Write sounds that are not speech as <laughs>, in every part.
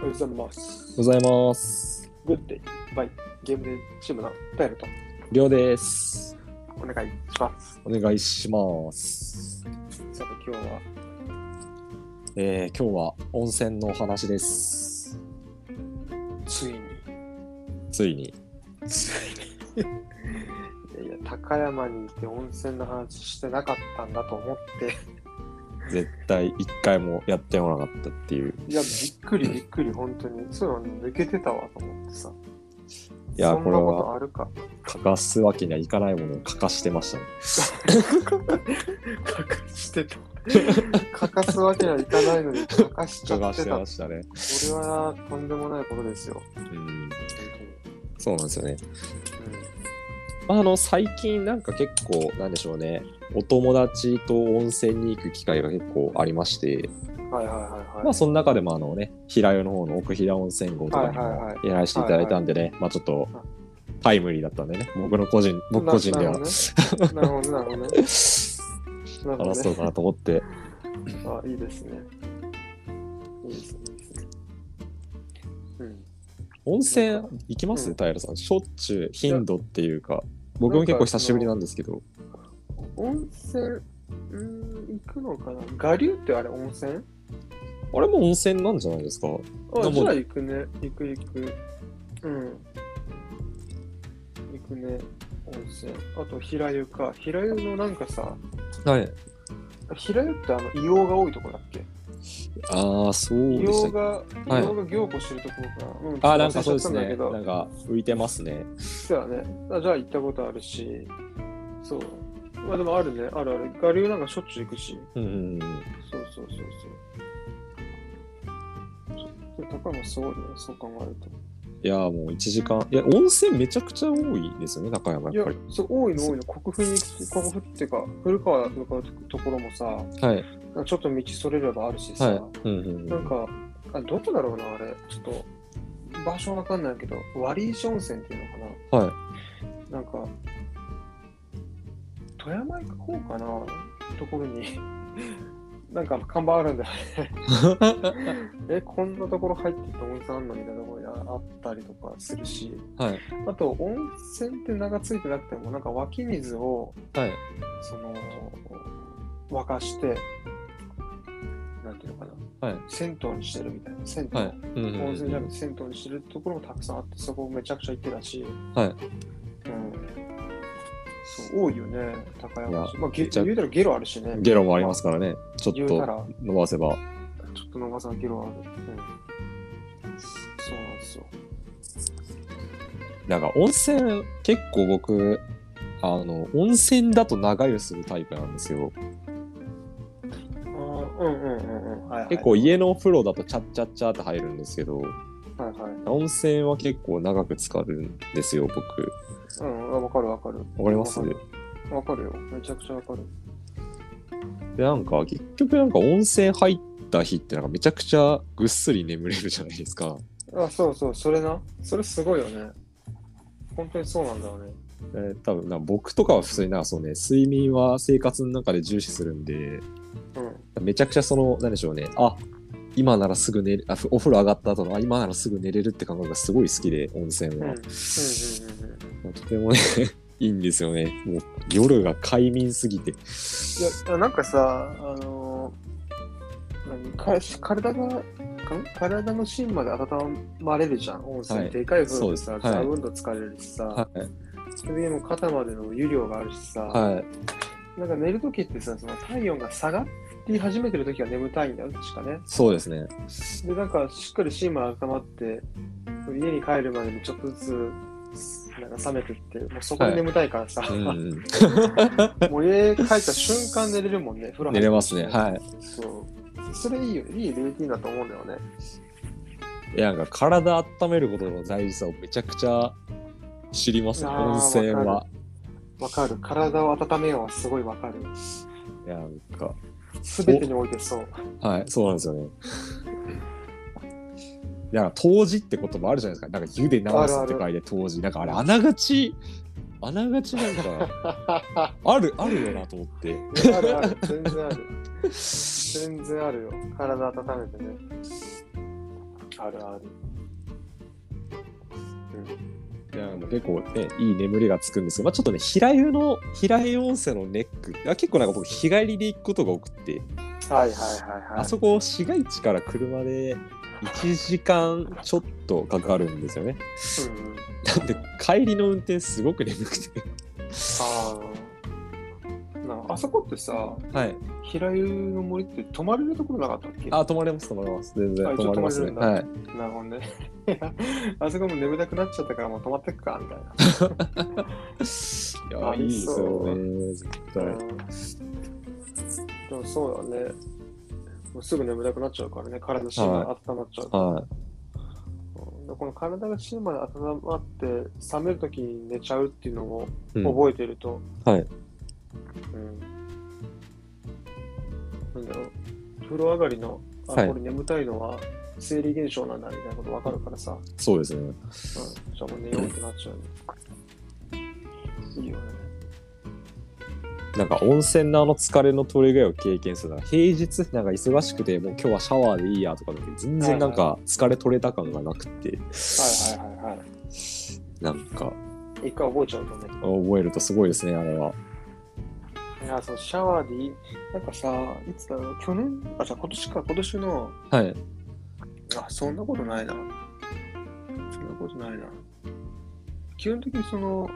ございます。ございます。グッデイ、バイ、ゲームでチームのペルとりょうです。お願いします。お願いします。さて今日は、えー、今日は温泉のお話です。ついに、ついに。ついに。いやいや、高山にいて温泉の話してなかったんだと思って、 <laughs> 絶対一回もやってこなかったっていう。いや、びっくりびっくり、本当に。そういうの抜けてたわと思ってさ。いやそんなことあるか。欠かすわけにはいかないものを欠かしてましたね。 <laughs> 欠かしてた。欠かすわけにはいかないのに、欠かしちゃ欠かっしててたま。したね。これはとんでもないことですよ。うん。そうなんですよね。本まあ、あの、最近なんか結構、なんでしょうね。お友達と温泉に行く機会が結構ありまして、当に。はいはいはいまはあ、その中でもあのね、平湯の方の奥平温泉郷とかにはいはいもは依頼していただいたんでね、まあちょっとタイムリーだったんでね、僕の個人、い。僕個人ではな話なるほどね。なるほどね。なるほどね。そうかなと思って、あ、いいですね。いいですね。いいですねうん。な温ん泉か行きますうん平さん、しょっちゅう頻度っていうか、僕も結構久しぶりなんですけど、温泉、うーん、行くのかな我流ってあれ温泉あれも温泉なんじゃないですか。あ、登るじゃあ行くね。行く行く。うん。行くね。温泉。あと、平湯か。平湯のなんかさ、はい。平湯ってあの、硫黄が多いとこだっけああ、そうでし硫黄たっけ。が、はい硫黄が凝固してるところかな。うん、ああ、なんかそうでちょすっと忘れちゃったんだね。けどなんか浮いてますね。そうだね。あじゃあ行ったことあるし、そう。まあでもあるね、あるある。我流なんかしょっちゅう行くし、うんうんうん。そうそうそうそう。で高山すごいね、そう考えるいやー、もう1時間。いや、温泉めちゃくちゃ多いですよね、中山、と。いやっやぱり。、そう、多いの多いの。国府に行く、国府っていうか、古川向かうところもさ、はい。なんかちょっと道それればあるしさ、はい。うんうんうん。なんか、あどこだろうな、あれ。ちょっと、場所わかんないけど、割石温泉っていうのかな。はい。なんか、富山行く方かなところに、 <laughs> なんか看板あるんだよ <laughs> ね。え、こんなところ入ってって温泉あんのみたいなところにあったりとかするし、はい。あと温泉って名がついてなくても、なんか湧き水を、はい。その、沸かして、なんていうのかな、はい銭湯にしてるみたいな、銭湯。はい。うんうん温泉じうゃなんくて銭湯にしてるところもたくさんあって、そこめちゃくちゃ行ってたし、はいうん、そう多いよね、高山い市。やまあ、ゲめちゃ言うたらゲロあるしね。ゲロもありますからね。ちょっ言うとたら、伸ばせば。ちょっと伸ばさんゲロある。うん、そうなんですよ。なんか温泉、結構僕、あの、温泉だと長湯するタイプなんですよ。あーうんうんうんうん。はいはい、結構、家のお風呂だとチャッチャッチャーって入るんですけど、はいはい。温泉は結構長く浸かるんですよ、僕。うん、あわかるわかる。わかりますわかるわかるよ。めちゃくちゃわかる。で、なんか結局なんか温泉入った日ってなんかめちゃくちゃぐっすり眠れるじゃないですか。あ、そうそう、それな。それすごいよね。本当にそうなんだよね。えー多分なんか僕とかは普通になんかそうね、睡眠は生活の中で重視するんで、うん。めちゃくちゃその、なんでしょうね、あ今ならすぐ寝るあ、ふお風呂上がった後の、あ、今ならすぐ寝れるって感覚がすごい好きで、温泉うん。うんうんは。うんうん。とてもね、 <laughs> いいんですよね。もう夜が快眠すぎて。いやいや、なんかさ、あのー何か体が、か体の芯まで温まれるじゃん、温泉。はいでかい風呂でそさう、でザすはいウンド疲れるしさ、はい。それでもう肩までの湯量があるしさ、はい。なんか寝るときってさ、その体温が下がり始めてるときは眠たいんだよ、確かね。そうですね。で、なんかしっかり芯まで温まって、家に帰るまでにちょっとずつ、なんか冷めてって、もうそこで眠たいからさ、うんうん。もう家帰った瞬間寝れるも <laughs> んね、風呂入って寝れますね。はそう。それいいよ、いいルーティンだと思うんだよね。い。いや、なんか体温めることの大事さをめちゃくちゃ知りますね、あー温泉わは。わかる。体を温めようはすごいわかる。いや、なんか、すべてにおいてそう。はい、そうなんですよね。だから、湯治って言葉あるじゃないですか。なんか、湯で流すって書いて湯治。なんか、あれ、あながち、あながちなんか、あある、あるよなと思って。るあ <laughs> る。全然ある。全然あるよ。体温めてね。あるある。いやもう結構ねいい眠りがつくんですけど、まあ、ちょっとね平湯の平湯温泉のネックあ結構なんか僕日帰りで行くことが多くてはいはいはいはい。あそこ市街地から車で1時間ちょっとかかるんですよねうんうんなんで帰りの運転すごく眠くてあーなんかあそこってさ、はい平湯の森って泊まれるところなかったっけあ泊まれます泊まれます全あ然一応泊まれますね泊まれはいなるほどね。 <laughs> あそこも眠たくなっちゃったからもう泊まってくかみたいいやあいいですよいね絶対、な。うんでもそうだね。もうすぐ眠たくなっちゃうからね、体の芯まで温まっちゃうから。はいうんでこの体が芯まで温まって冷めるときに寝ちゃうっていうのをうん覚えてると、はいうんなんだろう風呂上がりのあ、はいこれ眠たいのは生理現象なんだみたいなこと分かるからさ、うん、そうですねじゃあもう寝ようってなっちゃうね、いいよねなんか温泉のあの疲れの取れ具合を経験するのは平日なんか忙しくてもう今日はシャワーでいいやとかだけど全然なんか疲れ取れた感がなくてはいはいはいはなんかい一回覚えちゃうとね覚えるとすごいですねあれはいやそうシャワーでいいなんかさいつだろう去年あじゃあ今年か今年のはいあ、そんなことないな。そんなことないな。基本的にその、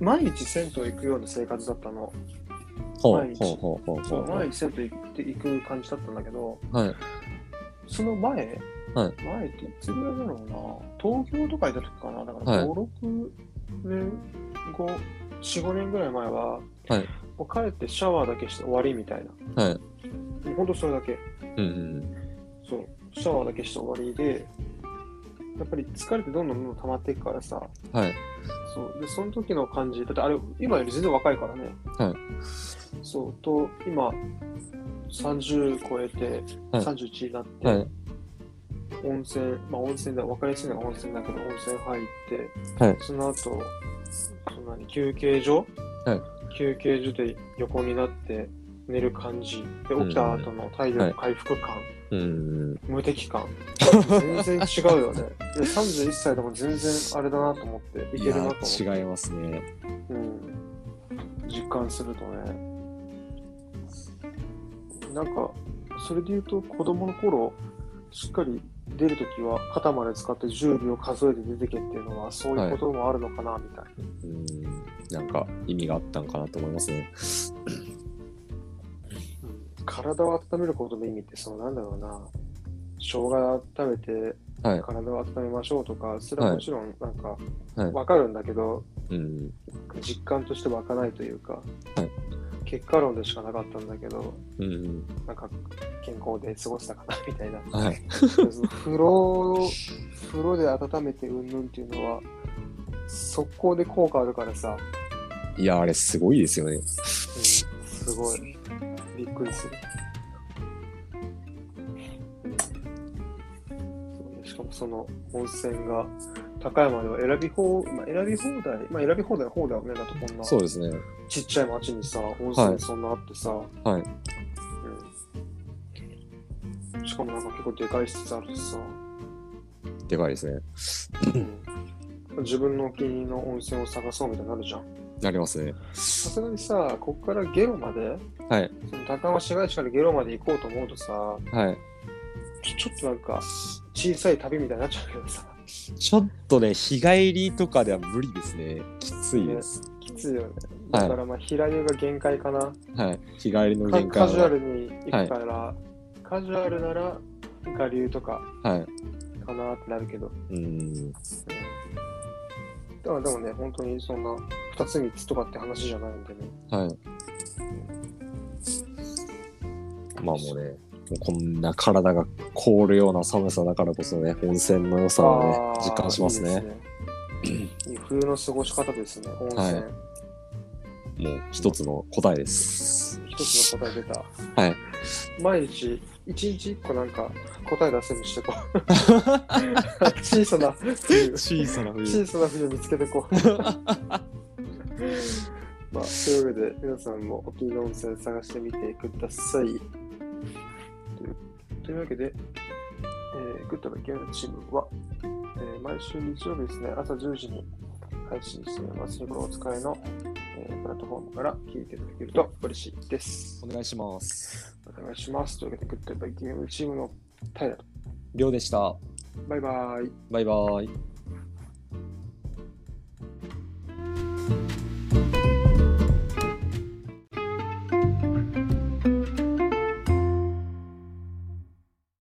毎日銭湯行くような生活だったの。ほう毎日ほうほうほうほそうう毎日銭湯行って行く感じだったんだけど、はいその前、はい前っていつぐらいだろうな。東京とかいた時かな。だかはらい5、6年後、4、5年ぐらい前は、はいもう帰ってシャワーだけして終わりみたいな。はいもうほんとそれだけ。うんうんそう、シャワーだけして終わりで、やっぱり疲れてどんどんどんどん溜まっていくからさ、はいそう、で、その時の感じ、だってあれ、今より全然若いからね。はいそう、と、今、30超えて、はい31になって、はい温泉、まあ温泉だ、分かりやすいのが温泉だけど、温泉入って、はいその後、その何休憩所、はい休憩所で横になって寝る感じ、で、起きた後の体力回復感、うんうん無敵 <laughs> 感全然違うよねで31歳でも全然あれだなと思っていいけるやなと思って、違いますねうん、実感するとねなんかそれで言うと子供の頃しっかり出るときは肩まで使って10秒数えて出てけっていうのはそういうこともあるのかなみたいうんなんか意味があったんかなと思いますねな、うん体を温めることの意味ってそのなんだろうな生姜食べてはい体を温めましょうとかそれはもちろんなんかはいわかるんだけど、うん実感として湧かないというか、はい結果論でしかなかったんだけど、うんうんなんか健康で過ごしたかなみたいな。 <laughs> はいその風呂、風呂で温めてうんぬんっていうのは、速攻で効果あるからさ、いやあれすごいですよねうん、すごい、びっくりする。そうねしかもその温泉が高山では選び放,、まあ、選び放題、まあ、選び放題は放題よね、だとこんなそうですねちっちゃい町にさ、温泉そんなあってさ、はいうん、しかもなんか結構でかい施設あるし <clears throat> さ、でかいですね自分のお気に入りの温泉を探そうみたいになるじゃん。なりますねさすがにさ、ここからゲロまで、はいその高浜市街地からゲロまで行こうと思うとさ、はいちょちょっとなんか小さい旅みたいになっちゃうけどさ、ちょっとね、日帰りとかでは無理ですね。きついです。きついよね。はいだからまあ平湯が限界かな。はい。日帰りのか限界カはジュアルに行くから、カジュアルなら我流とかはい。かなってなるけど、うーん。だからでもね、本当にそんな2つ3つとかって話じゃないんでね。はい。まあもうね、もうこんな体が凍るような寒さだからこそね、温泉の良さをね、あー実感しますいね。いですねいい冬の過ごし方ですね、温泉。はいもう一つの答えです。一つの答え出た。はい。毎日、一日一個なんか答え出せるようにしてこ <laughs> う。 <laughs> 小さな冬、 <laughs> 小さな冬。小さな冬見つけてこう。まあ、というわけで、皆さんもお気に入りの温泉探してみてください。というというわけで、えーグッドのゲームチームは、えー毎週日曜日ですね、朝10時に配信しています。日頃お使いの、えープラットフォームから聞いていただけると嬉しいですお。願いします。お願いします。というわけで、グッドバイゲームチームの平良と。りょうでした。バイバイ。バイバイ。